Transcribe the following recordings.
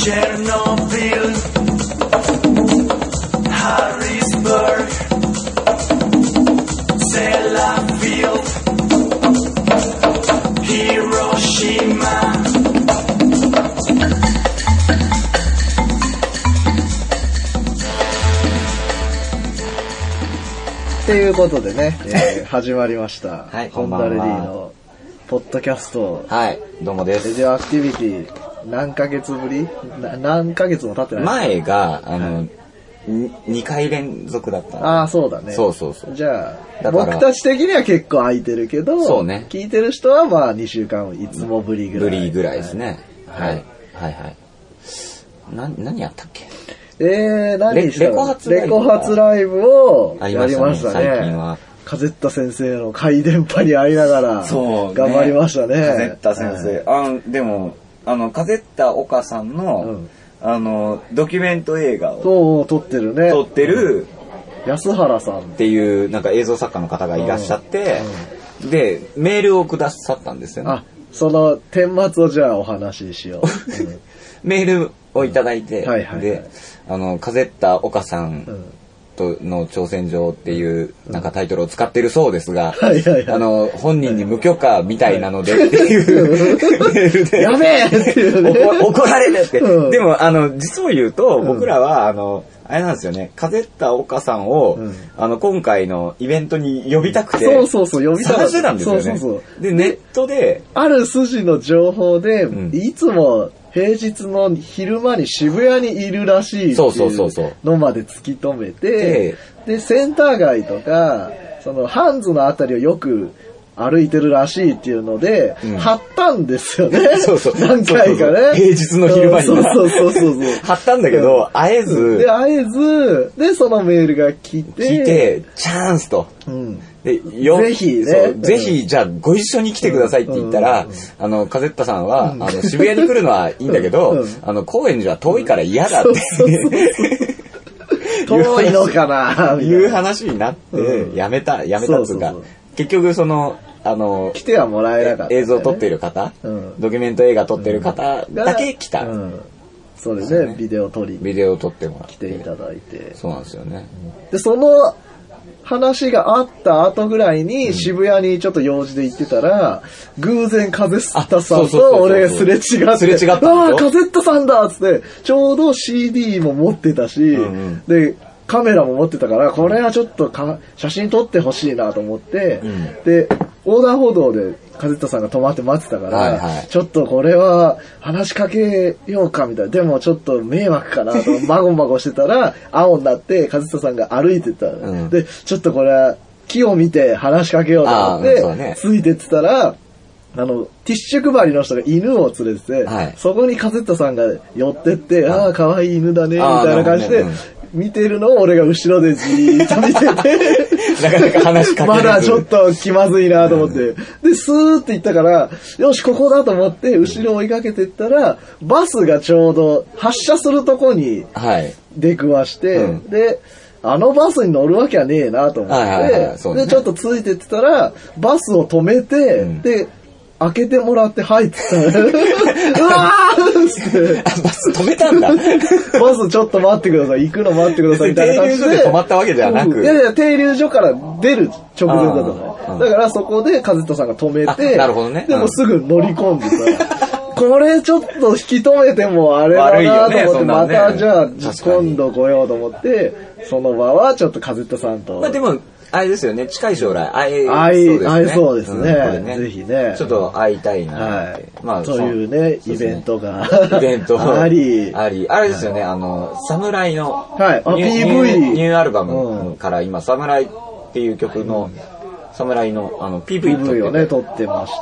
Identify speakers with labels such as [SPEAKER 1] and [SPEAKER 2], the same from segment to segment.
[SPEAKER 1] Chernobyl, Harrisburg, Sellafield, Hiroshima.
[SPEAKER 2] ということで ね、えー始まりました。
[SPEAKER 3] はい
[SPEAKER 2] ホンダレディのポッドキャスト、
[SPEAKER 3] はい、どうもで
[SPEAKER 2] レ
[SPEAKER 3] す。
[SPEAKER 2] ジオアクティビティ、何ヶ月ぶりな何ヶ月も経ってない。
[SPEAKER 3] 前が、あの、2回連続だった。
[SPEAKER 2] ああ、そうだね。
[SPEAKER 3] そうそうそう
[SPEAKER 2] じゃあ、
[SPEAKER 3] だから
[SPEAKER 2] 僕たち的には結構空いてるけど、
[SPEAKER 3] そうね
[SPEAKER 2] 聞いてる人はまあ2週間いつもぶりぐら
[SPEAKER 3] ぶ
[SPEAKER 2] い。
[SPEAKER 3] りぐらいですね。
[SPEAKER 2] は
[SPEAKER 3] はいい。はいはい。な、何やったっけ
[SPEAKER 2] えー、何したの
[SPEAKER 3] レレコ発ライブ
[SPEAKER 2] レコ発ライブを
[SPEAKER 3] あり
[SPEAKER 2] や
[SPEAKER 3] まし
[SPEAKER 2] り
[SPEAKER 3] たね
[SPEAKER 2] ましたね。
[SPEAKER 3] 最近は
[SPEAKER 2] カゼッタ先生の回電波に会いながら、頑張りましたね。
[SPEAKER 3] カゼッタ先生。あの、でも、あの、カゼッタ岡さん
[SPEAKER 2] う
[SPEAKER 3] の
[SPEAKER 2] ん、
[SPEAKER 3] あの、ドキュメント映画を
[SPEAKER 2] そう、撮ってるね。
[SPEAKER 3] 撮ってる
[SPEAKER 2] 安原さん
[SPEAKER 3] っていう、なんか映像作家の方がいらっしゃって、で、メールをくださったんですよね
[SPEAKER 2] あ。、その、顛末をじゃあお話ししよう。うん
[SPEAKER 3] メールをいただいて、
[SPEAKER 2] うんはいはいはい
[SPEAKER 3] で、あの、カゼッタ岡さん
[SPEAKER 2] うん
[SPEAKER 3] との挑戦状っていうなんかタイトルを使ってるそうですが、
[SPEAKER 2] はいはいはい
[SPEAKER 3] あの本人に無許可みたいなのでっていう、 メールで
[SPEAKER 2] やべえっていうね。
[SPEAKER 3] 怒怒られるって、
[SPEAKER 2] うん
[SPEAKER 3] でもあの実を言うと僕らはあのあれなんですよねカゼッタ岡さんを、
[SPEAKER 2] うん
[SPEAKER 3] あの今回のイベントに呼びたくて
[SPEAKER 2] そうそうそう、呼びたか
[SPEAKER 3] 探
[SPEAKER 2] っ
[SPEAKER 3] してたんですよね
[SPEAKER 2] そうそうそう。
[SPEAKER 3] でネットで
[SPEAKER 2] ある筋の情報で、
[SPEAKER 3] ん
[SPEAKER 2] いつも平日の昼間に渋谷にいるらしいってい
[SPEAKER 3] そうそうそうそう
[SPEAKER 2] のまで突き止めて
[SPEAKER 3] で、
[SPEAKER 2] で、センター街とか、そのハンズのあたりをよく歩いてるらしいっていうので、
[SPEAKER 3] うん
[SPEAKER 2] 貼ったんですよね。
[SPEAKER 3] そうそう
[SPEAKER 2] 何回かね。
[SPEAKER 3] そうそうそう平日の昼間に
[SPEAKER 2] そう
[SPEAKER 3] な
[SPEAKER 2] そうそう そうそう。
[SPEAKER 3] 貼ったんだけど、会えず
[SPEAKER 2] で、会えず、で、そのメールが来て、
[SPEAKER 3] 聞いてチャンスと。
[SPEAKER 2] うん。
[SPEAKER 3] で、よ
[SPEAKER 2] ぜひね
[SPEAKER 3] そう
[SPEAKER 2] うん
[SPEAKER 3] ぜひ、じゃあ、ご一緒に来てくださいって言ったら、あの、カゼッタさんは、あの、渋谷に来るのはいいんだけ
[SPEAKER 2] うん
[SPEAKER 3] ど
[SPEAKER 2] うん、
[SPEAKER 3] あの、高円寺は遠いから嫌だって
[SPEAKER 2] そうそう遠いのかなみたいな
[SPEAKER 3] いう話になって
[SPEAKER 2] う、ん
[SPEAKER 3] やめた、やめたっつ
[SPEAKER 2] そうそう
[SPEAKER 3] うか
[SPEAKER 2] そう、
[SPEAKER 3] 結局、その、あの
[SPEAKER 2] 来、てはもらえなかった、
[SPEAKER 3] 映像撮ってる方
[SPEAKER 2] うん、
[SPEAKER 3] ドキュメント映画撮ってる方
[SPEAKER 2] が
[SPEAKER 3] だけ来た
[SPEAKER 2] う。ん。そうです
[SPEAKER 3] そう
[SPEAKER 2] ね、
[SPEAKER 3] ね
[SPEAKER 2] ビデオ撮りに
[SPEAKER 3] ビデオ撮ってもらっ
[SPEAKER 2] 来てい
[SPEAKER 3] て。
[SPEAKER 2] ただいて。
[SPEAKER 3] そうなんですよね。
[SPEAKER 2] で、その話があった後ぐらいに渋谷にちょっと用事で行ってたら、偶然カゼッタさ
[SPEAKER 3] あそ
[SPEAKER 2] ん
[SPEAKER 3] うそうそうそ
[SPEAKER 2] と
[SPEAKER 3] う
[SPEAKER 2] 俺がすれ違って、
[SPEAKER 3] すれ違ったんだよ
[SPEAKER 2] ああ、カゼッタさんだっつって、ちょうど CD も持ってたし、
[SPEAKER 3] ん
[SPEAKER 2] で、カメラも持ってたから、これはちょっとか写真撮ってほしいなと思って、
[SPEAKER 3] ん
[SPEAKER 2] で、横断歩道でカゼッタさんが止まって待ってたから、
[SPEAKER 3] はいはい
[SPEAKER 2] ちょっとこれは話しかけようかみたいな。でもちょっと迷惑かなと、 まごまごしてたら、青になって、和人さんが歩いてた。
[SPEAKER 3] ん
[SPEAKER 2] で、ちょっとこれは木を見て話しかけようと思って、
[SPEAKER 3] あーうんそうね
[SPEAKER 2] ついてってたら、あの、ティッシュ配りの人が犬を連れてて、
[SPEAKER 3] はい
[SPEAKER 2] そこにカゼッタさんが寄ってって、ああ、可愛い犬だね、み
[SPEAKER 3] あー
[SPEAKER 2] たいな感じ
[SPEAKER 3] な
[SPEAKER 2] で
[SPEAKER 3] るほどね、
[SPEAKER 2] 見てるのを俺が後ろでじーっと見て て、
[SPEAKER 3] なかなか話しかけ
[SPEAKER 2] ま
[SPEAKER 3] れず
[SPEAKER 2] だちょっと気まずいなと思って。で、スーって行ったから、よし、ここだと思って、後ろ追いかけてったら、バスがちょうど発車するとこに
[SPEAKER 3] はい。
[SPEAKER 2] 出くわして、
[SPEAKER 3] うん
[SPEAKER 2] で、あのバスに乗るわけはねえなと思って、
[SPEAKER 3] はいはいはいそう
[SPEAKER 2] で
[SPEAKER 3] ね
[SPEAKER 2] ちょっとついてってたら、バスを止めて、
[SPEAKER 3] ん
[SPEAKER 2] で、開けてもらって入ってた。 うわーっ
[SPEAKER 3] あバス止めたんだ。
[SPEAKER 2] て、 バスちょっと待ってください、行くの待ってくださいみたいな感じで。
[SPEAKER 3] 停留所で止まったわけではなく
[SPEAKER 2] いやいや、停留所から出る直前だったの
[SPEAKER 3] あー
[SPEAKER 2] ね。だからそこで和人さんが止めて、
[SPEAKER 3] あなるほどね
[SPEAKER 2] で
[SPEAKER 3] う
[SPEAKER 2] も
[SPEAKER 3] ん
[SPEAKER 2] すぐ乗り込んでさ、 これちょっと引き止めてもあれだなと
[SPEAKER 3] 悪いよ
[SPEAKER 2] 思っ
[SPEAKER 3] ね
[SPEAKER 2] て、
[SPEAKER 3] そんな
[SPEAKER 2] ま
[SPEAKER 3] のね
[SPEAKER 2] たじゃあ
[SPEAKER 3] 確かに
[SPEAKER 2] 今度来ようと思って、その場はちょっとカゼッタさんと。
[SPEAKER 3] まあでも、あれですよね、近い将来会え
[SPEAKER 2] 会え
[SPEAKER 3] そうですね。
[SPEAKER 2] 会えそうですね
[SPEAKER 3] んこれ
[SPEAKER 2] ぜひね
[SPEAKER 3] ちょっと会いたいなっ
[SPEAKER 2] は
[SPEAKER 3] て。
[SPEAKER 2] い。そういうね、イベン。トが
[SPEAKER 3] そうイベント。
[SPEAKER 2] あり、
[SPEAKER 3] あり。あれですよね、あの、侍の、
[SPEAKER 2] はいあ
[SPEAKER 3] ニュー
[SPEAKER 2] PV
[SPEAKER 3] ニューニューアルバ
[SPEAKER 2] う
[SPEAKER 3] ムから今、侍っていう曲の、侍の、あの、PV 撮って
[SPEAKER 2] PV をね、撮ってまして、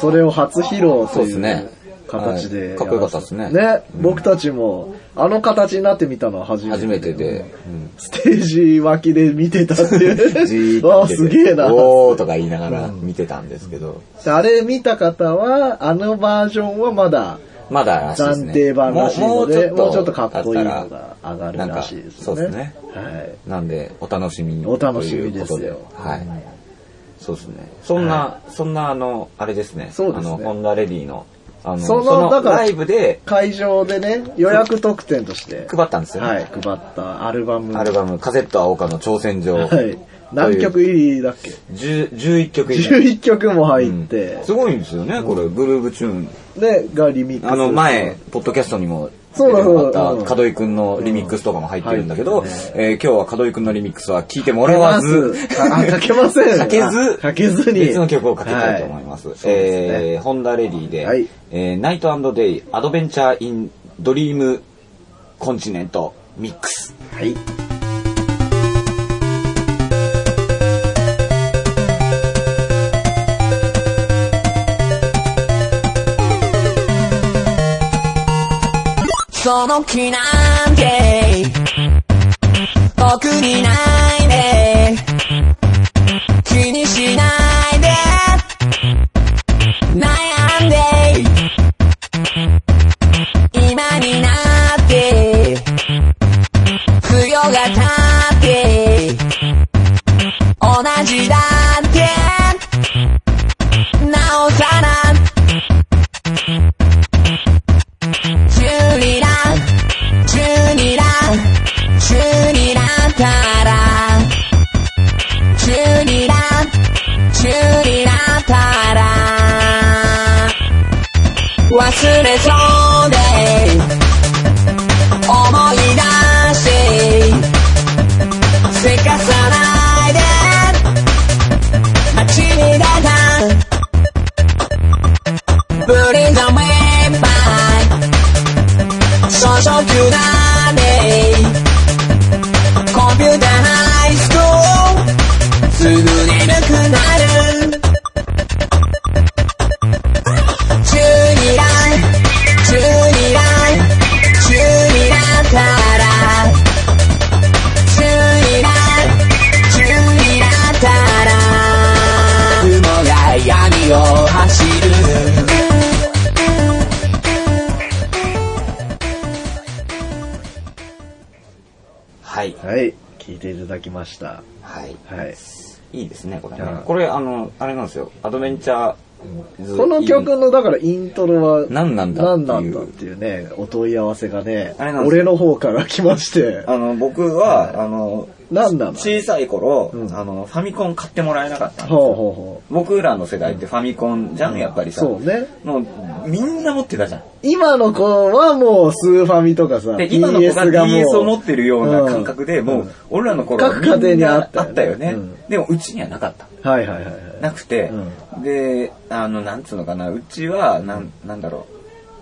[SPEAKER 2] それを初披露
[SPEAKER 3] そ
[SPEAKER 2] と
[SPEAKER 3] うで
[SPEAKER 2] い
[SPEAKER 3] すね
[SPEAKER 2] う形で
[SPEAKER 3] は
[SPEAKER 2] やらせて。
[SPEAKER 3] いかっこよかったですね
[SPEAKER 2] ね、僕たちも、あの形になってみたのは初めて。
[SPEAKER 3] 初めてで、
[SPEAKER 2] ステージ脇で見てた って
[SPEAKER 3] うんじー
[SPEAKER 2] い
[SPEAKER 3] っ
[SPEAKER 2] う。わあ、
[SPEAKER 3] と見てて
[SPEAKER 2] すげえな。
[SPEAKER 3] おーとか言いながら見てたんですけど、
[SPEAKER 2] あれ見た方は、あのバージョンはまだ
[SPEAKER 3] まだらしいです
[SPEAKER 2] 暫
[SPEAKER 3] ね。
[SPEAKER 2] 定版らしいので、
[SPEAKER 3] も
[SPEAKER 2] も
[SPEAKER 3] う
[SPEAKER 2] う
[SPEAKER 3] ち
[SPEAKER 2] ち
[SPEAKER 3] ょ
[SPEAKER 2] ょ
[SPEAKER 3] っ
[SPEAKER 2] っ
[SPEAKER 3] と
[SPEAKER 2] と
[SPEAKER 3] 経
[SPEAKER 2] か
[SPEAKER 3] っ
[SPEAKER 2] ったこいいのが上がる
[SPEAKER 3] なんから
[SPEAKER 2] しいです
[SPEAKER 3] そうですね
[SPEAKER 2] ね。はい。
[SPEAKER 3] なんで、お楽しみに。
[SPEAKER 2] お楽しみですよ
[SPEAKER 3] ということではい。そうですね。そんな、そんな、あの、あれですね。
[SPEAKER 2] そうですね
[SPEAKER 3] あの、ホンダレディのあの、
[SPEAKER 2] そ
[SPEAKER 3] そ
[SPEAKER 2] のだ
[SPEAKER 3] の
[SPEAKER 2] から
[SPEAKER 3] ライブで
[SPEAKER 2] 会場でね、予約特典として、
[SPEAKER 3] 配ったんですよね。
[SPEAKER 2] はい、配ったアルバム。
[SPEAKER 3] アルバム、カセット青岡の挑戦状。
[SPEAKER 2] はい。何曲入りだっけ
[SPEAKER 3] 10 ?11 曲以上。
[SPEAKER 2] 11曲も入
[SPEAKER 3] うん
[SPEAKER 2] って、
[SPEAKER 3] すごいんですよね、これ。グルーブチューン。
[SPEAKER 2] で、がリミックス。
[SPEAKER 3] あの、前、ポッドキャストにも、
[SPEAKER 2] そうだそうだ
[SPEAKER 3] った
[SPEAKER 2] うん
[SPEAKER 3] 門井くんのリミックスとかも入ってるんだけど、
[SPEAKER 2] 入っ
[SPEAKER 3] えー今日は門井くんのリミックスは聞いても
[SPEAKER 2] かけ
[SPEAKER 3] らわ
[SPEAKER 2] ま
[SPEAKER 3] ず
[SPEAKER 2] す、。あ、かけません。
[SPEAKER 3] かけ
[SPEAKER 2] あ
[SPEAKER 3] ず、
[SPEAKER 2] かけずに。
[SPEAKER 3] 別の曲をかけたいと思います。
[SPEAKER 2] はいそうですね
[SPEAKER 3] えー、ホンダレディで、
[SPEAKER 2] はい
[SPEAKER 3] えー、ナイトデイ、アドベンチャー・イン・ドリーム・コンチネント・ミックス。
[SPEAKER 2] はい。
[SPEAKER 4] その気なんて僕にないで気にしないで悩んで今になって強がたって同じだってなおさらチューリラ、チューリラ、チューリラから。チューリラ、チューリラから。忘れそうで、思い出して、せかさないで、街に出た。ブリンザメンバー。そそくだねコンピューターハイスクールすぐ眠くなるチューリラチューリラチューリラからチューリラチューリラから雲が闇を走る
[SPEAKER 3] はい。
[SPEAKER 2] はい。聞いていただきました。
[SPEAKER 3] はい。
[SPEAKER 2] はい。
[SPEAKER 3] いいですね、これね
[SPEAKER 2] はい。
[SPEAKER 3] これ、あの、あれなんですよ。アドベンチャーズ・
[SPEAKER 2] この曲の、だからイントロは、
[SPEAKER 3] 何なんだってい
[SPEAKER 2] 何な
[SPEAKER 3] う
[SPEAKER 2] んだっていうね、お問い合わせがね
[SPEAKER 3] あれなん、です
[SPEAKER 2] 俺の方から来まして、
[SPEAKER 3] あの、僕は、あの、
[SPEAKER 2] 何なの
[SPEAKER 3] 小さい頃、
[SPEAKER 2] うん
[SPEAKER 3] あの、ファミコン買ってもらえなかったんですよ
[SPEAKER 2] ほうほうほ
[SPEAKER 3] 僕らの世代ってファミコンじゃん、やっぱり
[SPEAKER 2] う。
[SPEAKER 3] さ。
[SPEAKER 2] そうね。
[SPEAKER 3] もう、みんな持ってたじゃん。
[SPEAKER 2] 今の子はもうスーファミとかさ、
[SPEAKER 3] で、今の子が
[SPEAKER 2] DS がもう
[SPEAKER 3] DS を持ってるような感覚で、
[SPEAKER 2] ん
[SPEAKER 3] も
[SPEAKER 2] ん
[SPEAKER 3] う、俺らの頃
[SPEAKER 2] 各家庭にあったよね
[SPEAKER 3] みんなあったよね。
[SPEAKER 2] うん
[SPEAKER 3] でも、うちにはなかった。
[SPEAKER 2] はいはいはいはい。
[SPEAKER 3] なくて、
[SPEAKER 2] う
[SPEAKER 3] で、あの、なんつうのかな、うちは、なん、なんだろう、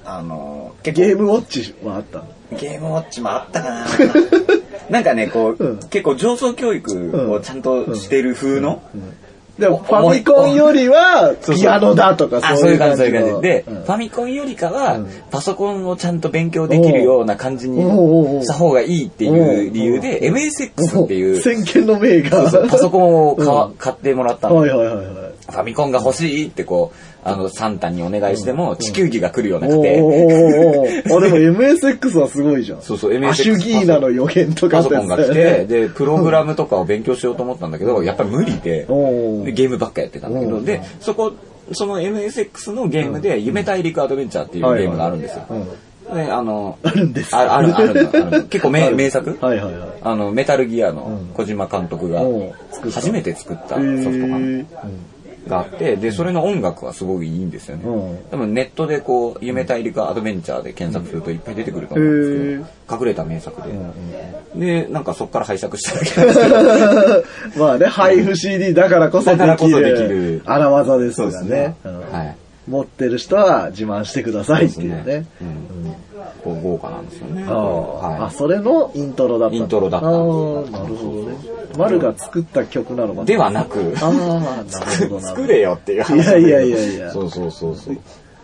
[SPEAKER 3] あの、結構
[SPEAKER 2] ゲームウォッチはあったの
[SPEAKER 3] ゲームウォッチもあったかな なんかね、こう、
[SPEAKER 2] うん
[SPEAKER 3] 結構上層教育をちゃんとしてる風の、
[SPEAKER 2] でもファミコンよりは、
[SPEAKER 3] そうそう
[SPEAKER 2] ピアノだとか
[SPEAKER 3] あ、
[SPEAKER 2] そ
[SPEAKER 3] そう
[SPEAKER 2] うい
[SPEAKER 3] い
[SPEAKER 2] うう
[SPEAKER 3] 感
[SPEAKER 2] 感
[SPEAKER 3] じ、
[SPEAKER 2] じ
[SPEAKER 3] そういう感
[SPEAKER 2] の
[SPEAKER 3] じ。で、
[SPEAKER 2] うん
[SPEAKER 3] ファミコンよりかは
[SPEAKER 2] うん、
[SPEAKER 3] パソコンをちゃんと勉強できるような感じに
[SPEAKER 2] おうおうおう
[SPEAKER 3] した方がいいっていう理由で、MSX っていう、
[SPEAKER 2] 先見の明が。
[SPEAKER 3] そうパソコンをか
[SPEAKER 2] うん
[SPEAKER 3] 買ってもらったの。
[SPEAKER 2] はい
[SPEAKER 3] フ
[SPEAKER 2] はいはいはい。
[SPEAKER 3] ァミコンが欲しいってこう、あの、サンタにお願いしても、地球儀が来るような家
[SPEAKER 2] おー
[SPEAKER 3] 庭。
[SPEAKER 2] おーおーおーあ、でも MSX はすごいじゃん。
[SPEAKER 3] そうそう MSX
[SPEAKER 2] アシュギーナの予言とか
[SPEAKER 3] パ
[SPEAKER 2] あ
[SPEAKER 3] ソ
[SPEAKER 2] った
[SPEAKER 3] コ
[SPEAKER 2] や
[SPEAKER 3] ン
[SPEAKER 2] つ
[SPEAKER 3] が
[SPEAKER 2] だ
[SPEAKER 3] 来
[SPEAKER 2] よ
[SPEAKER 3] て、
[SPEAKER 2] ね。
[SPEAKER 3] で、プログラムとかを勉強しようと思ったんだけど、やっぱり無理で、
[SPEAKER 2] おー
[SPEAKER 3] でゲームばっかやってたんだけ
[SPEAKER 2] う
[SPEAKER 3] ど、
[SPEAKER 2] ん
[SPEAKER 3] で、そこ、その MSX のゲームで、夢大陸アドベンチャーってい
[SPEAKER 2] は
[SPEAKER 3] う
[SPEAKER 2] いはい
[SPEAKER 3] ゲームがあるんですよ。
[SPEAKER 2] うん
[SPEAKER 3] ね、あの、
[SPEAKER 2] あるんです
[SPEAKER 3] あある、あるのあるの結構名名作
[SPEAKER 2] はいはいはい。
[SPEAKER 3] あの、メタルギアの
[SPEAKER 2] ん
[SPEAKER 3] 小島監督が
[SPEAKER 2] おう作った
[SPEAKER 3] 初めて作った
[SPEAKER 2] え
[SPEAKER 3] ソフトかな
[SPEAKER 2] ー
[SPEAKER 3] があって、で、それの音楽はすごいいいんですよ
[SPEAKER 2] う
[SPEAKER 3] ね
[SPEAKER 2] ん。
[SPEAKER 3] 多分ネットでこう、夢大陸アドベンチャーで検索するといっぱい出てくると思うんですけど、隠れた名作で。で、なんかそこから拝借したわけなんで すけど、
[SPEAKER 2] まあね、配布 CD だからこそ
[SPEAKER 3] だから
[SPEAKER 2] で
[SPEAKER 3] こ
[SPEAKER 2] き
[SPEAKER 3] そでき
[SPEAKER 2] る
[SPEAKER 3] る
[SPEAKER 2] 荒技ですから
[SPEAKER 3] そうで
[SPEAKER 2] ね。
[SPEAKER 3] す
[SPEAKER 2] う
[SPEAKER 3] ね
[SPEAKER 2] ん
[SPEAKER 3] はい
[SPEAKER 2] 持ってる人は自慢してくださいっていうね。
[SPEAKER 3] うんこう豪華なんですよね。
[SPEAKER 2] あーあ、
[SPEAKER 3] は
[SPEAKER 2] それのイントロだった
[SPEAKER 3] イントロだった
[SPEAKER 2] あーなるほどね。丸が作った曲なのか
[SPEAKER 3] い。
[SPEAKER 2] な
[SPEAKER 3] ではなく、
[SPEAKER 2] ああ、なるほどな。
[SPEAKER 3] 作れよっていう話。
[SPEAKER 2] いやいやいやいや
[SPEAKER 3] そうそうそうそう。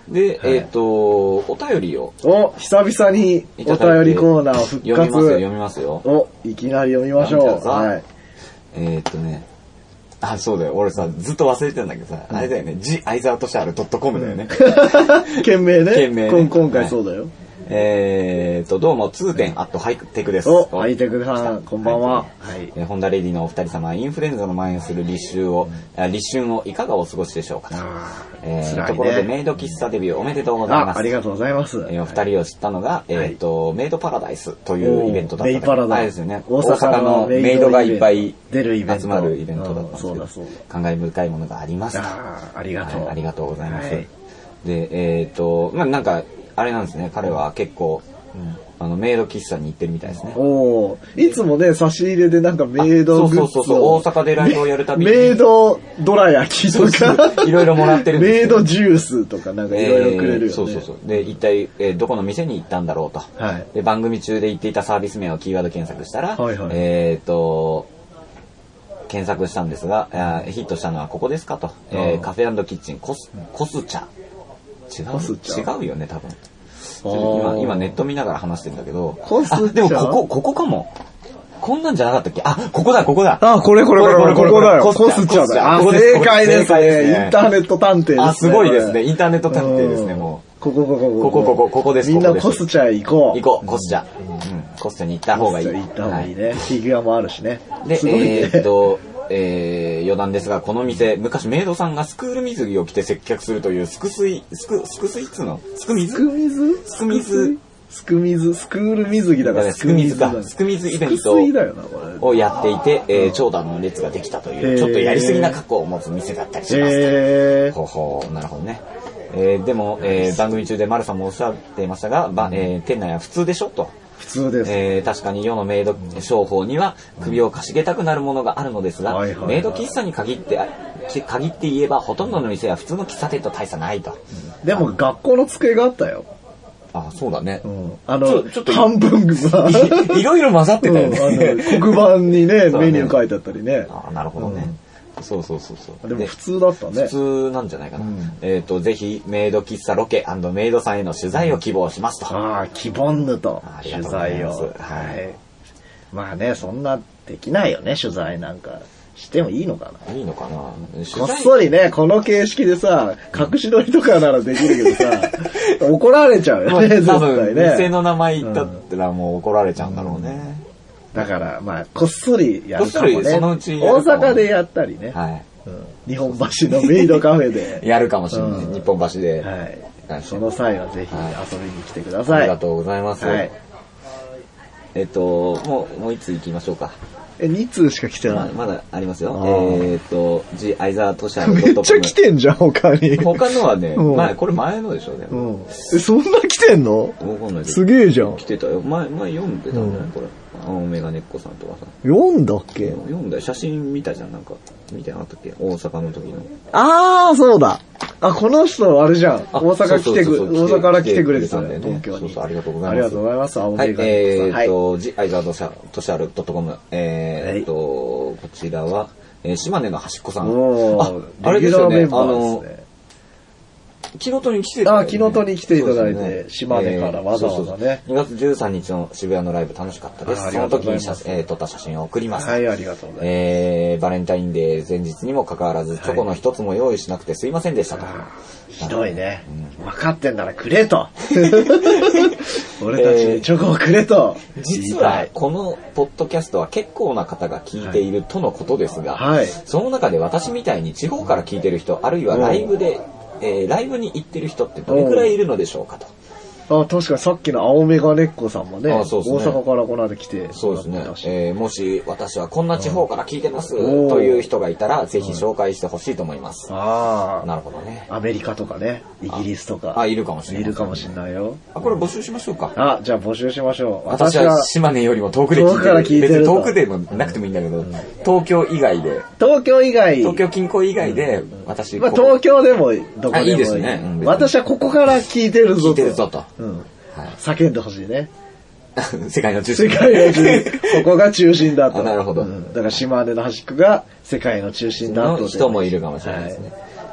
[SPEAKER 3] で、えっ、と、お便りを
[SPEAKER 2] お、久々にお
[SPEAKER 3] いただ
[SPEAKER 2] 便
[SPEAKER 3] いて
[SPEAKER 2] りコーナー復活。
[SPEAKER 3] 読みますよ、読みますよ。
[SPEAKER 2] お、いきなり読みまし
[SPEAKER 3] なん
[SPEAKER 2] ょ
[SPEAKER 3] だ
[SPEAKER 2] う。
[SPEAKER 3] か
[SPEAKER 2] はい。
[SPEAKER 3] えっ、とね、あ、そうだよ。俺さ、ずっと忘れてんだけどさ、あれだよね、ジ・アイザートシャール .com だよね。
[SPEAKER 2] 件名ね。
[SPEAKER 3] 件名ね
[SPEAKER 2] こん今回そうだよ。
[SPEAKER 3] えーと、どうも、通店アットハイテクです。
[SPEAKER 2] お、ハイテクさん、こんばんは。
[SPEAKER 3] はい、えーホンダレディのお二人様、インフルエンザの蔓延する立秋を、あ立春をいかがお過ごしでしょうかと。えー
[SPEAKER 2] 辛いね
[SPEAKER 3] ところで、メイド喫茶デビューおめでとうございま
[SPEAKER 2] あ、
[SPEAKER 3] す。
[SPEAKER 2] ありがとうございます。
[SPEAKER 3] えーお二人を知ったのが、えーっと、メイドパラダイスというイベントだった
[SPEAKER 2] メイパラダイス
[SPEAKER 3] あれですよね。
[SPEAKER 2] 大
[SPEAKER 3] 大
[SPEAKER 2] 阪
[SPEAKER 3] 阪
[SPEAKER 2] の
[SPEAKER 3] の
[SPEAKER 2] メイ
[SPEAKER 3] メイ
[SPEAKER 2] ド
[SPEAKER 3] ド
[SPEAKER 2] が
[SPEAKER 3] が
[SPEAKER 2] い
[SPEAKER 3] い
[SPEAKER 2] っ
[SPEAKER 3] っ
[SPEAKER 2] ぱ
[SPEAKER 3] ぱ
[SPEAKER 2] い
[SPEAKER 3] い
[SPEAKER 2] 出るイベント
[SPEAKER 3] 集まるイベントだったんですけど、
[SPEAKER 2] うんそうだそう
[SPEAKER 3] 感慨深いものがありますと
[SPEAKER 2] あーありがとう
[SPEAKER 3] はいありがとうございます。
[SPEAKER 2] はい
[SPEAKER 3] で、えーっと、まあなんか、あれなんですね、彼は結構、あのメイド喫茶に行ってるみたいですね。
[SPEAKER 2] おーいつもね、差し入れでなんかメイドグッズを。
[SPEAKER 3] あそうそうそうそう大阪でライブをやるたびに
[SPEAKER 2] メメイドどら焼きと
[SPEAKER 3] そうそ
[SPEAKER 2] か。
[SPEAKER 3] ういろいろもらってるんです
[SPEAKER 2] メイ
[SPEAKER 3] けど
[SPEAKER 2] ドジュースとかなんかいろいろくれるよね。
[SPEAKER 3] えーそうそうそう。で、一体、えーどこの店に行ったんだろうと。
[SPEAKER 2] はい
[SPEAKER 3] で、番組中で言っていたサービス名をキーワード検索したら、
[SPEAKER 2] はいはい
[SPEAKER 3] えっ、と、検索したんですが、あーヒットしたのはここですかと。えーカフェキッチンコス、コスチャ。違
[SPEAKER 2] コスチャ
[SPEAKER 3] う違うよね、多分。ち
[SPEAKER 2] あー
[SPEAKER 3] ょっと今、今ネット見ながら話してんだけど。
[SPEAKER 2] コスチャ
[SPEAKER 3] あ、でもここ、ここかも。こんなんじゃなかったっけあ、ここだ、ここだ。
[SPEAKER 2] あ、これこれこれこれこれこれだよ。コスチャだよ。あ、正解です
[SPEAKER 3] 正解です
[SPEAKER 2] ね。
[SPEAKER 3] ね
[SPEAKER 2] インターネット探偵ですね。
[SPEAKER 3] あ、すごいです
[SPEAKER 2] これ
[SPEAKER 3] ね。インターネット探偵ですね、
[SPEAKER 2] うん
[SPEAKER 3] もう。
[SPEAKER 2] ここここ
[SPEAKER 3] ここここここです
[SPEAKER 2] みんな
[SPEAKER 3] ここ
[SPEAKER 2] コ
[SPEAKER 3] で
[SPEAKER 2] ス
[SPEAKER 3] す
[SPEAKER 2] チャ行こう。
[SPEAKER 3] 行こう、コスチャ。うん、コスチャに行った方がいい。
[SPEAKER 2] コスチャ行った方がいいね。フィギュアもあるしね
[SPEAKER 3] はい。で、
[SPEAKER 2] すごいね
[SPEAKER 3] えーっと、えー、余談ですが、この店、昔メイドさんがスクール水着を着て接客するという、すくすい、すく、すくすいっつうのすく
[SPEAKER 2] ス
[SPEAKER 3] 水
[SPEAKER 2] クミズ
[SPEAKER 3] スクミズ
[SPEAKER 2] スクミズスクール水着だから
[SPEAKER 3] スクミズ
[SPEAKER 2] だ
[SPEAKER 3] か。スクミズイベン
[SPEAKER 2] スク水だよ
[SPEAKER 3] ト
[SPEAKER 2] な、これ。
[SPEAKER 3] をやっていて、えー、長蛇の列ができたと
[SPEAKER 2] へ
[SPEAKER 3] い
[SPEAKER 2] ー
[SPEAKER 3] う、ちょっとやりすぎな過去を持つ店だったりします。
[SPEAKER 2] えー、
[SPEAKER 3] ほうほう、なるほどね。えー、でも、えー、番組中で丸さんもおっしゃっていましたが、ばえー、店内は普通でしょと。
[SPEAKER 2] 普通です。
[SPEAKER 3] えー確かに世のメイド商法には首をかしげたくなるものがあるのですが、
[SPEAKER 2] はいはいはい
[SPEAKER 3] メイド喫茶に限ってあき限って言えばほとんどの店は普通の喫茶店と大差ないと、
[SPEAKER 2] でも学校の机があったよ。
[SPEAKER 3] あそうだね、
[SPEAKER 2] うん。あ
[SPEAKER 3] ち
[SPEAKER 2] の
[SPEAKER 3] ょちょっ、と
[SPEAKER 2] 半分が、
[SPEAKER 3] い ろいろ混ざって
[SPEAKER 2] うん
[SPEAKER 3] た
[SPEAKER 2] あ
[SPEAKER 3] よ
[SPEAKER 2] の
[SPEAKER 3] ね、
[SPEAKER 2] 黒板にね、
[SPEAKER 3] そうだ
[SPEAKER 2] メ
[SPEAKER 3] ね
[SPEAKER 2] ニュー書いてあったりね。
[SPEAKER 3] あなるほどね、そうそうそうそう
[SPEAKER 2] でも普通だったね
[SPEAKER 3] 普。通なんじゃないかな、えっ、とぜひメイド喫茶ロケメイドさんへの取材を希望しますと、
[SPEAKER 2] ああ、キボンヌと
[SPEAKER 3] ありが
[SPEAKER 2] 取
[SPEAKER 3] とうござい
[SPEAKER 2] 材
[SPEAKER 3] ま
[SPEAKER 2] を。
[SPEAKER 3] す
[SPEAKER 2] は。
[SPEAKER 3] はい
[SPEAKER 2] まあね、そんなできないよね、取材なんか。してもいいのかな。
[SPEAKER 3] いいのかな取
[SPEAKER 2] こっ
[SPEAKER 3] 材
[SPEAKER 2] そりね、この形式でさ、隠し撮りとかならできるけど さ、怒られちゃうよね、絶
[SPEAKER 3] 多分
[SPEAKER 2] 対
[SPEAKER 3] 店の
[SPEAKER 2] ね。
[SPEAKER 3] 名前言ったったらもう怒られちゃうんだろうね、
[SPEAKER 2] だから、まあ、こっそりやるかも
[SPEAKER 3] こっそ
[SPEAKER 2] ね。
[SPEAKER 3] りその
[SPEAKER 2] 大
[SPEAKER 3] うちやるかも
[SPEAKER 2] 阪でやったりね。
[SPEAKER 3] はい
[SPEAKER 2] うん日本橋のメイドカフェで。
[SPEAKER 3] やるかもしれ ない。
[SPEAKER 2] うん
[SPEAKER 3] 日本橋で。
[SPEAKER 2] はい。
[SPEAKER 3] 感じ
[SPEAKER 2] その際はぜひ
[SPEAKER 3] は
[SPEAKER 2] 遊びに来てくだ
[SPEAKER 3] あ
[SPEAKER 2] さ
[SPEAKER 3] り
[SPEAKER 2] い。
[SPEAKER 3] がとうございます。
[SPEAKER 2] はい
[SPEAKER 3] えっと、もう、もう一つ行きましょうか。
[SPEAKER 2] え、2通しか来てな
[SPEAKER 3] ま
[SPEAKER 2] い。
[SPEAKER 3] まだありますよ
[SPEAKER 2] あー。
[SPEAKER 3] えっと、G 相沢俊也
[SPEAKER 2] めっちゃ来てんじゃん、他に。
[SPEAKER 3] 他のはね、
[SPEAKER 2] うん
[SPEAKER 3] 前、これ前のでしょうね。
[SPEAKER 2] うん。え、そんな来てんの
[SPEAKER 3] わかんないけど
[SPEAKER 2] すげえじゃん
[SPEAKER 3] 来。てたよ。前、前読んでたんじゃないこれ。青メガネっ子さんとかさ。
[SPEAKER 2] 読んだっけ
[SPEAKER 3] 読んだよ。写真見たじゃん、なんか。見てなかったっけ大阪の時の。
[SPEAKER 2] あー、そうだ。あ、この人、あれじゃん。
[SPEAKER 3] あ
[SPEAKER 2] 大阪来てく
[SPEAKER 3] そうそうそ
[SPEAKER 2] 大
[SPEAKER 3] う
[SPEAKER 2] 阪から来てくれてた
[SPEAKER 3] 来て
[SPEAKER 2] ね、
[SPEAKER 3] くれたんだよね
[SPEAKER 2] 東京に。
[SPEAKER 3] そうそうありがとうございます
[SPEAKER 2] ありがとうございます、青
[SPEAKER 3] はい、
[SPEAKER 2] 森
[SPEAKER 3] え
[SPEAKER 2] から来てくれ
[SPEAKER 3] ー
[SPEAKER 2] た
[SPEAKER 3] っと、ジアイザードシャトシャルドットコム、えーっと、こちらは、えー島根の端っこさん。
[SPEAKER 2] はい。
[SPEAKER 3] あ
[SPEAKER 2] も、う、
[SPEAKER 3] あれですよ
[SPEAKER 2] レ
[SPEAKER 3] ね、
[SPEAKER 2] ギュ
[SPEAKER 3] あ
[SPEAKER 2] ラーメンバー
[SPEAKER 3] の
[SPEAKER 2] です、ね。
[SPEAKER 3] 木の戸に来ていただ
[SPEAKER 2] あ
[SPEAKER 3] いてね
[SPEAKER 2] 木の戸に来ていただいて
[SPEAKER 3] そうですね
[SPEAKER 2] 島根からわざわざね
[SPEAKER 3] そうそうそう2月13日の渋谷のライブ楽しかったで
[SPEAKER 2] ああ
[SPEAKER 3] す。
[SPEAKER 2] り
[SPEAKER 3] そ
[SPEAKER 2] が
[SPEAKER 3] の
[SPEAKER 2] とうご
[SPEAKER 3] 時
[SPEAKER 2] ざいま
[SPEAKER 3] に
[SPEAKER 2] す
[SPEAKER 3] 写、えー撮った写真を送ります。
[SPEAKER 2] はい、ありがとうございます。
[SPEAKER 3] えーバレンタインデー前日にもかかわらず、チョコの一つも用意しなくてすいませんでしたと。
[SPEAKER 2] ひどいね。分かってんならくれ と。俺たちにチョコをくれと。言
[SPEAKER 3] 実はい
[SPEAKER 2] たい
[SPEAKER 3] このポッドキャストは結構な方が聞いているとのことですが、
[SPEAKER 2] はい
[SPEAKER 3] その中で私みたいに地方から聞いてる人あるいはライブで、えーライブに行ってる人ってどれくらいいるのでしょうかと。
[SPEAKER 2] あ、確かにさっきの青メガネっ子さんもね、
[SPEAKER 3] あそうですね
[SPEAKER 2] 大阪からこの間来てもらってたし、
[SPEAKER 3] そうですね、えーもし私はこんな地方から聞いてます
[SPEAKER 2] うん
[SPEAKER 3] という人がいたらぜひ紹介してほしいと思います、
[SPEAKER 2] あ
[SPEAKER 3] なるほどね
[SPEAKER 2] あ、アメリカとかね、イギリスとか。
[SPEAKER 3] あいるかもしれない
[SPEAKER 2] いるかもしれないよ。
[SPEAKER 3] あこれ募集しましょうか
[SPEAKER 2] あ、じゃあ募集しましょう。
[SPEAKER 3] 私は島根よりも遠くで聞いて
[SPEAKER 2] 遠
[SPEAKER 3] る
[SPEAKER 2] くから聞いてると
[SPEAKER 3] 別に遠くでもなくてもいいんだけど、東京以外で
[SPEAKER 2] 東京以外、
[SPEAKER 3] 東京近郊以外で私
[SPEAKER 2] まあ
[SPEAKER 3] ここ
[SPEAKER 2] 東京でもどこでも
[SPEAKER 3] あいいですねうん別に
[SPEAKER 2] 私はここから聞いてるぞと。
[SPEAKER 3] 聞いてるぞと
[SPEAKER 2] うん。
[SPEAKER 3] は
[SPEAKER 2] 叫んでほしいね。
[SPEAKER 3] い、 世界の中心
[SPEAKER 2] 世界の中 心、ここが中心だと。
[SPEAKER 3] あなるほど
[SPEAKER 2] うんだから島根の端っこが世界の中心だ
[SPEAKER 3] の
[SPEAKER 2] と。
[SPEAKER 3] 人もいるかもしれないですね。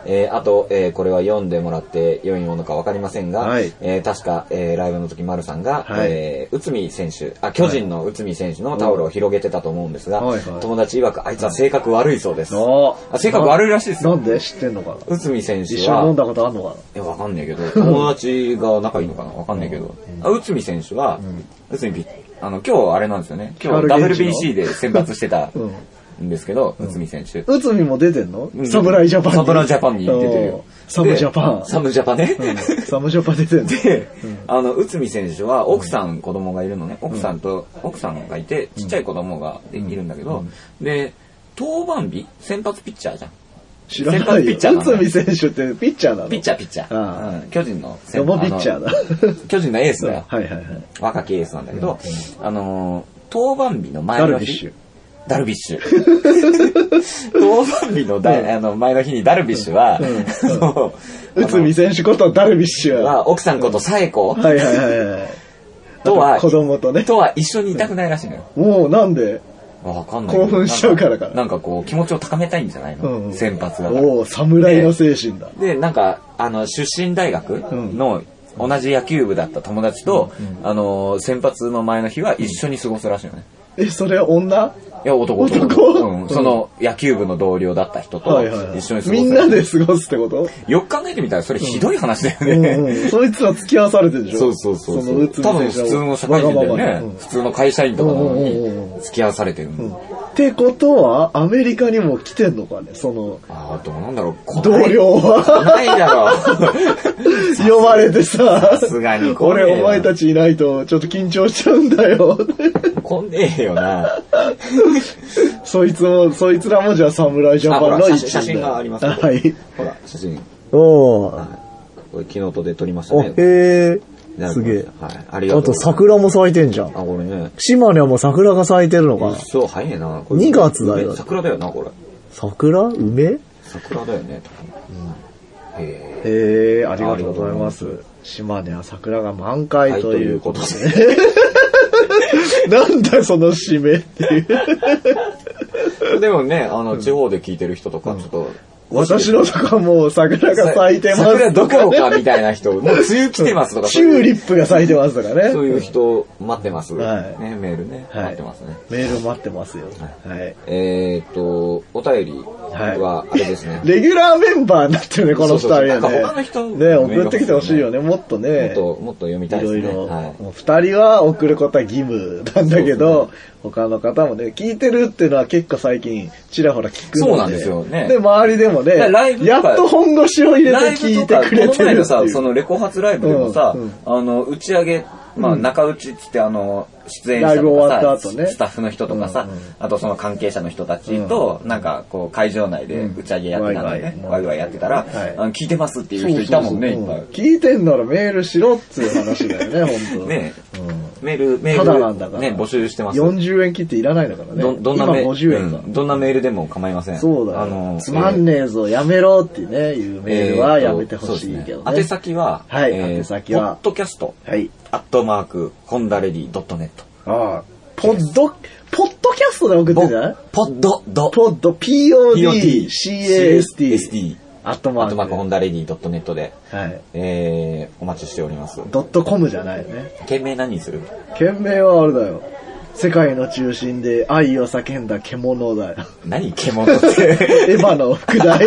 [SPEAKER 3] えーあと、えーこれは読んでもらって良いものか分かりませんが、
[SPEAKER 2] はい
[SPEAKER 3] えー確か、えーライブの時丸さんが、
[SPEAKER 2] はい
[SPEAKER 3] えー内海選手あ巨人の内海選手のタオルを広げてたと思うんですが、
[SPEAKER 2] はいはい
[SPEAKER 3] 友達曰くあいつは性格悪いそうです、
[SPEAKER 2] あ
[SPEAKER 3] あ性格悪いらしいですよ
[SPEAKER 2] なんで知ってんのかな
[SPEAKER 3] 内海選手
[SPEAKER 2] 一
[SPEAKER 3] は
[SPEAKER 2] 緒に飲んだことあんのかない
[SPEAKER 3] や、わかんないけど、 友達が仲いいのかなわかんないけど。あ、内海選手は、内海ピあの、今日あれなんですよね。今日
[SPEAKER 2] 光源氏の
[SPEAKER 3] WBC で選抜し てたんですけど、内海選手。
[SPEAKER 2] 内海も出てんの
[SPEAKER 3] うん
[SPEAKER 2] 侍ジャパンに。
[SPEAKER 3] 侍ジャパンに出てる
[SPEAKER 2] うん
[SPEAKER 3] よ。
[SPEAKER 2] サムジャパン
[SPEAKER 3] で。サムジャパンね。
[SPEAKER 2] うんサムジャパン出てんの
[SPEAKER 3] で、あの、内海選手は奥さん、子供がいるのね。奥さんと、奥さんがいて、ちっちゃい子供がいるんだけど、で、登板日先発ピッチャーじゃん。
[SPEAKER 2] 知らないよ。
[SPEAKER 3] 先発ピッチャーなの
[SPEAKER 2] 内海選手ってピッチャーなの
[SPEAKER 3] ピッチャー、ピッチャ
[SPEAKER 2] ああ
[SPEAKER 3] ー。うん巨人の
[SPEAKER 2] ロボピッチャーだ
[SPEAKER 3] あの巨人のエースだよ。
[SPEAKER 2] はいはいはい。
[SPEAKER 3] 若きエースなんだけど、あのー、登板日の前
[SPEAKER 2] ダル
[SPEAKER 3] の
[SPEAKER 2] ビッ
[SPEAKER 3] 日
[SPEAKER 2] シュ。。
[SPEAKER 3] ダルビッシュ。 登板日のだ、あの前の日にダルビッシュは、あの
[SPEAKER 2] 内海選手ことダルビッシュ。は
[SPEAKER 3] は奥さんことサエコ
[SPEAKER 2] いはいはいはい。
[SPEAKER 3] とは、
[SPEAKER 2] あ子供とね。
[SPEAKER 3] とは一緒にいたくないらしいのよ。
[SPEAKER 2] もうなんで
[SPEAKER 3] わかんないけど。
[SPEAKER 2] 興奮しちゃうからかな
[SPEAKER 3] なんかこう、気持ちを高めたいんじゃないの、
[SPEAKER 2] うん
[SPEAKER 3] 先発が。
[SPEAKER 2] おお侍の精神だ。
[SPEAKER 3] で、なんか、あの、出身大学の同じ野球部だった友達と、あのー、先発の前の日は一緒に過ごすらしいのね。
[SPEAKER 2] え、それ女
[SPEAKER 3] いや、男男
[SPEAKER 2] 男
[SPEAKER 3] うん、その、野球部の同僚だった人と
[SPEAKER 2] はいはいはい。
[SPEAKER 3] 一緒に過ご
[SPEAKER 2] み
[SPEAKER 3] す。
[SPEAKER 2] んなで過ごすってこと
[SPEAKER 3] よく考えてみたら、それひどい話だ
[SPEAKER 2] う
[SPEAKER 3] よ
[SPEAKER 2] ん
[SPEAKER 3] ね。
[SPEAKER 2] うん。そいつは付き合わされてるでしょ
[SPEAKER 3] そうそうそう
[SPEAKER 2] そ
[SPEAKER 3] そ
[SPEAKER 2] の
[SPEAKER 3] う。
[SPEAKER 2] 内
[SPEAKER 3] 多分
[SPEAKER 2] 海
[SPEAKER 3] 普
[SPEAKER 2] 選
[SPEAKER 3] 通
[SPEAKER 2] 手
[SPEAKER 3] の
[SPEAKER 2] は
[SPEAKER 3] 社会人だよ
[SPEAKER 2] わがまま
[SPEAKER 3] ね
[SPEAKER 2] に。うん
[SPEAKER 3] 普通の会社員とかなの
[SPEAKER 2] うんうんうんう
[SPEAKER 3] に付き合わされてるの。
[SPEAKER 2] ってことは、アメリカにも来てんのかね、その、
[SPEAKER 3] ああ、どうなんだろう。来
[SPEAKER 2] 同
[SPEAKER 3] ない
[SPEAKER 2] 僚
[SPEAKER 3] 来
[SPEAKER 2] は。
[SPEAKER 3] ないだ ろう。
[SPEAKER 2] 呼ばれてさ、
[SPEAKER 3] すがに来ね
[SPEAKER 2] 俺
[SPEAKER 3] えよ
[SPEAKER 2] お前たちいないとちょっと緊張しちゃうんだよ。
[SPEAKER 3] 来ねえよな。
[SPEAKER 2] そいつも、そいつらもじゃあ侍ジャ
[SPEAKER 3] あ、ほ
[SPEAKER 2] パン
[SPEAKER 3] ら
[SPEAKER 2] の
[SPEAKER 3] 写
[SPEAKER 2] 一
[SPEAKER 3] 真、写真がありますけど
[SPEAKER 2] はい。
[SPEAKER 3] ほら、写真。
[SPEAKER 5] おー。
[SPEAKER 3] これ、キノトで撮りました
[SPEAKER 5] お、
[SPEAKER 3] ね。
[SPEAKER 5] へー。
[SPEAKER 3] なる
[SPEAKER 5] す
[SPEAKER 3] ほど
[SPEAKER 5] げえ。
[SPEAKER 3] はい。ありがと
[SPEAKER 5] あ
[SPEAKER 3] う
[SPEAKER 5] と
[SPEAKER 3] ございます。
[SPEAKER 5] 桜も咲いてんじゃん。
[SPEAKER 3] あ、これね。
[SPEAKER 5] 島根はもう桜が咲いてるのかな
[SPEAKER 3] そう、早いな。これ
[SPEAKER 5] 二月だよ
[SPEAKER 3] ね桜だよな、これ。
[SPEAKER 5] 桜梅
[SPEAKER 3] 桜だよね、多分。へえ。
[SPEAKER 2] えー、ありがとうございます。島根は桜が満開
[SPEAKER 3] はい、
[SPEAKER 2] と
[SPEAKER 3] と
[SPEAKER 2] い
[SPEAKER 3] いうう
[SPEAKER 2] こ
[SPEAKER 3] ことと
[SPEAKER 2] で。
[SPEAKER 3] で。
[SPEAKER 2] なんだよその締めって いう。
[SPEAKER 3] でもね、あの、地方で聞いてる人とか、ちょっと、
[SPEAKER 2] 私のとこはもう桜が咲いてます。
[SPEAKER 3] 桜どころかみたいな人、もう梅雨来てま すとか、
[SPEAKER 2] チューリップが咲いてますとかね。
[SPEAKER 3] そういう人待ってます。
[SPEAKER 2] はい
[SPEAKER 3] ね、メールね。
[SPEAKER 2] はい
[SPEAKER 3] 待ってますね。
[SPEAKER 2] メール待ってますよ。はい。
[SPEAKER 3] えーっと、お便りは、あれですね。
[SPEAKER 2] レギュラーメンバーになってるね、この二人はね。
[SPEAKER 3] そうそうそうなんか他の人
[SPEAKER 2] ね、送ってきてほしいよね、もっと
[SPEAKER 3] もっ
[SPEAKER 2] ね。
[SPEAKER 3] と、もっと読みた
[SPEAKER 2] い
[SPEAKER 3] いで
[SPEAKER 2] ろ
[SPEAKER 3] す
[SPEAKER 2] い
[SPEAKER 3] ね。
[SPEAKER 2] ろ。
[SPEAKER 3] はい。
[SPEAKER 2] もう二人は送ることは義務なんだけど、他の方もね、聞いてるっていうのは結構最近、ちらほら聞くので。
[SPEAKER 3] そうなんですよね
[SPEAKER 2] で、周りでもね
[SPEAKER 3] だからライ、ブと
[SPEAKER 2] や
[SPEAKER 3] か
[SPEAKER 2] っと本腰を入れて
[SPEAKER 3] ライ
[SPEAKER 2] 聞
[SPEAKER 3] ブ
[SPEAKER 2] い
[SPEAKER 3] と
[SPEAKER 2] て
[SPEAKER 3] か、
[SPEAKER 2] く
[SPEAKER 3] こ
[SPEAKER 2] れ
[SPEAKER 3] の
[SPEAKER 2] て
[SPEAKER 3] 前
[SPEAKER 2] る
[SPEAKER 3] の
[SPEAKER 2] って
[SPEAKER 3] さ
[SPEAKER 2] い、う。
[SPEAKER 3] そのレコ発ライブでもさ
[SPEAKER 2] うんうん、
[SPEAKER 3] あの、打ち上げ、まあ、中打ちっつって、あの、出演
[SPEAKER 2] ライ
[SPEAKER 3] 者
[SPEAKER 2] ブ
[SPEAKER 3] と
[SPEAKER 2] 終わった
[SPEAKER 3] か
[SPEAKER 2] 後
[SPEAKER 3] さ、
[SPEAKER 2] ね
[SPEAKER 3] スタッフの人とかさ、あとその関係者の人たちと、なんか、こう、会場内で打ち上げやってたんだよね
[SPEAKER 2] う。ん
[SPEAKER 3] ワイワイやってたら
[SPEAKER 2] はい、
[SPEAKER 3] あの聞いてますっていう人いたもんね、いっぱい。
[SPEAKER 2] 聞いてんならメールしろっつう話だよね、本当
[SPEAKER 3] ね
[SPEAKER 2] うん
[SPEAKER 3] メール、メー
[SPEAKER 2] ただなんだ
[SPEAKER 3] ル、
[SPEAKER 2] から
[SPEAKER 3] ね、募集してます。
[SPEAKER 2] 40円切っていらないんだからね。
[SPEAKER 3] ど、どんなメ
[SPEAKER 2] 今50円か。
[SPEAKER 3] うんどんなメールでも構いません。
[SPEAKER 2] そうだよ、
[SPEAKER 3] あの、
[SPEAKER 2] つまんねえぞ、やめろってね、いうメールはやめてほしいけどね。
[SPEAKER 3] えーとそうですね宛先は、
[SPEAKER 2] はい
[SPEAKER 3] えー
[SPEAKER 2] 宛先は
[SPEAKER 3] ポッドキャスト、
[SPEAKER 2] はい。
[SPEAKER 3] アットマーク、ホンダレディドットネット。
[SPEAKER 2] ああ。ポッド、ポッドキャストで送ってんじゃない
[SPEAKER 3] ポッド、ド、
[SPEAKER 2] ポッド、
[SPEAKER 3] POD
[SPEAKER 2] PODCAST。
[SPEAKER 3] SD
[SPEAKER 2] アット
[SPEAKER 3] ア
[SPEAKER 2] マ
[SPEAKER 3] ットマ
[SPEAKER 2] ー
[SPEAKER 3] ーク、ホ
[SPEAKER 2] ク
[SPEAKER 3] ンダレディドットネットで、
[SPEAKER 2] で。はい。
[SPEAKER 3] えー、お待ちしております。
[SPEAKER 2] ドットコムじゃないよね。
[SPEAKER 3] 件名何にする
[SPEAKER 2] 件名はあれだよ。世界の中心で愛を叫んだ獣 だよ。
[SPEAKER 3] 何獣 って。
[SPEAKER 2] エヴァの副題。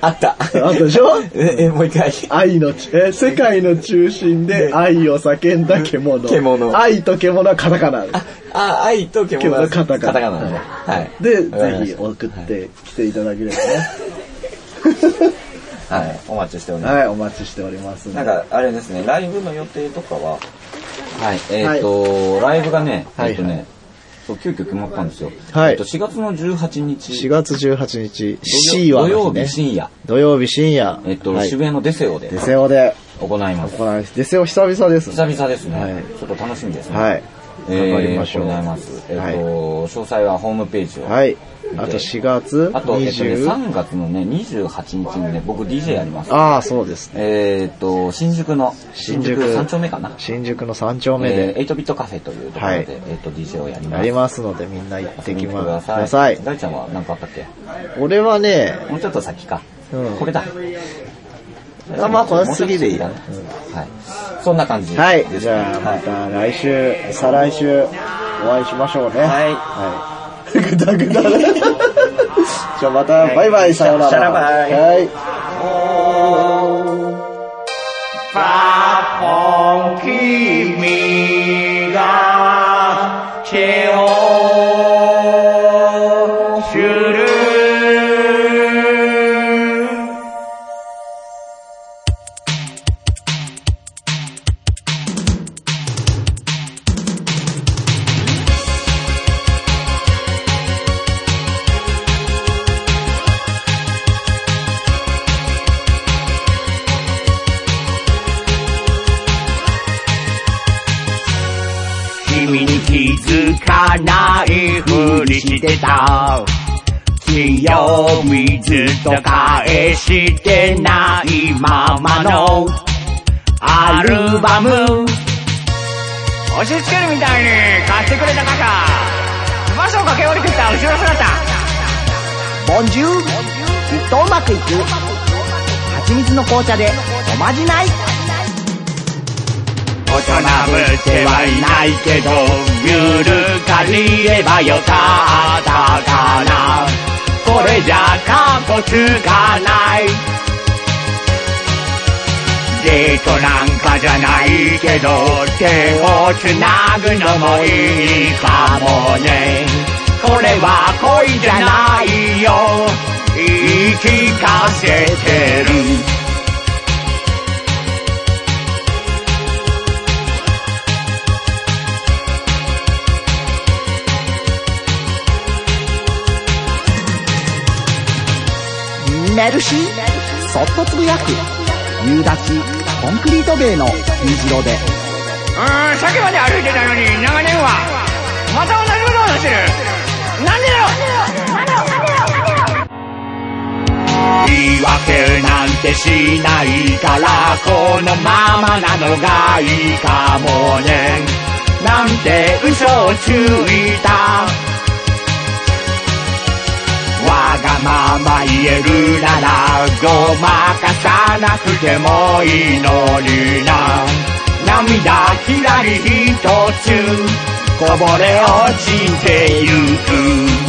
[SPEAKER 3] あった。
[SPEAKER 2] あったでしょ
[SPEAKER 3] え、えもう一回。
[SPEAKER 2] 愛のち、え、世界の中心で愛を叫んだ獣。
[SPEAKER 3] 獣
[SPEAKER 2] 愛と獣はカタカナ。
[SPEAKER 3] あ、愛と獣
[SPEAKER 2] 獣
[SPEAKER 3] は
[SPEAKER 2] はカタカナ。
[SPEAKER 3] カタカナなんで。はい。
[SPEAKER 2] で、
[SPEAKER 3] わかりま
[SPEAKER 2] ぜ
[SPEAKER 3] し
[SPEAKER 2] ひ
[SPEAKER 3] た
[SPEAKER 2] 送ってきていただければね。
[SPEAKER 3] はい、お待ちしております。
[SPEAKER 2] はい、お待ちしておりますんで。
[SPEAKER 3] なんか、あれですね、ライブの予定とかは、はい、えっ、
[SPEAKER 2] はい
[SPEAKER 3] と、ライブがね、
[SPEAKER 2] はい
[SPEAKER 3] えっ、とね、そう、急遽決まったんですよ。
[SPEAKER 5] はい
[SPEAKER 3] えっと、4月の18日、
[SPEAKER 5] 4月18日、
[SPEAKER 3] 土
[SPEAKER 5] シーワの日
[SPEAKER 3] 曜土曜
[SPEAKER 5] ね
[SPEAKER 3] 日。深夜、
[SPEAKER 5] 土曜日深夜。
[SPEAKER 3] えっ、と、
[SPEAKER 5] はい
[SPEAKER 3] 渋谷のデセオで
[SPEAKER 5] デセオで
[SPEAKER 3] 行います。
[SPEAKER 5] 行います。デセオ久々です。
[SPEAKER 3] 久々ですね、
[SPEAKER 5] はい
[SPEAKER 3] ちょっと楽しみですね。
[SPEAKER 5] はい。頑
[SPEAKER 3] えー
[SPEAKER 5] 張りましょう。
[SPEAKER 3] 行います。えっ、と、
[SPEAKER 5] はい
[SPEAKER 3] 詳細はホームページを、
[SPEAKER 5] はい。あと4月
[SPEAKER 3] あと、えっとね、
[SPEAKER 5] 20。
[SPEAKER 3] 3月のね、28日にね、僕 DJ やります。
[SPEAKER 5] ああ、そうですね。
[SPEAKER 3] えーっと、新宿の、
[SPEAKER 5] 新宿
[SPEAKER 3] 3丁目かな。
[SPEAKER 5] 新宿の3丁目
[SPEAKER 3] え
[SPEAKER 5] で
[SPEAKER 3] ー、8ビットカフェというところ
[SPEAKER 5] は
[SPEAKER 3] で、
[SPEAKER 5] い
[SPEAKER 3] えーっと、DJ をやります。
[SPEAKER 5] やりますので、みんな行って
[SPEAKER 3] 遊び
[SPEAKER 5] き
[SPEAKER 3] に来て
[SPEAKER 5] ま
[SPEAKER 3] くだ
[SPEAKER 5] す。
[SPEAKER 3] さい。
[SPEAKER 5] ください。
[SPEAKER 3] 大ちゃんは何かあったっけ
[SPEAKER 5] 俺はね、
[SPEAKER 3] もうちょっと先か。
[SPEAKER 5] うん
[SPEAKER 3] これだ。
[SPEAKER 5] あまあこれ次でいい
[SPEAKER 3] もうちょっと先だねはい。そんな感じです。
[SPEAKER 5] はい、じゃあ
[SPEAKER 3] は
[SPEAKER 5] ま
[SPEAKER 3] い
[SPEAKER 5] た来週、再来週、お会いしましょうね。
[SPEAKER 3] はい
[SPEAKER 5] はい。ぐだぐだね。 じゃあまた、バイバイ、さようなら。
[SPEAKER 3] さよなら
[SPEAKER 5] はい。
[SPEAKER 6] 君に気づかないふりしてた強みずっと返してないままのアルバム押し付けるみたいに買ってくれた方翼を駆け下りてった後ろ姿ボンジュールきっとうまくいく蜂蜜の紅茶でおまじない大人ぶってはいないけど、ゆるかじればよかったかな。これじゃかっこつかない。デートなんかじゃないけど、手をつなぐのもいいかもね。これは恋じゃないよ。言い聞かせてる。
[SPEAKER 7] メルシーそっとつぶやく夕立コンクリート塀の虹色で
[SPEAKER 6] うーん、さっきまで歩いてたのに、長年は。また同じことを話してる。なんでだろ言い訳なんてしないから、このままなのがいいかもね。なんて嘘をついた。わがまま言えるならごまかさなくてもいいのにな涙ひらりひとつこぼれ落ちてゆく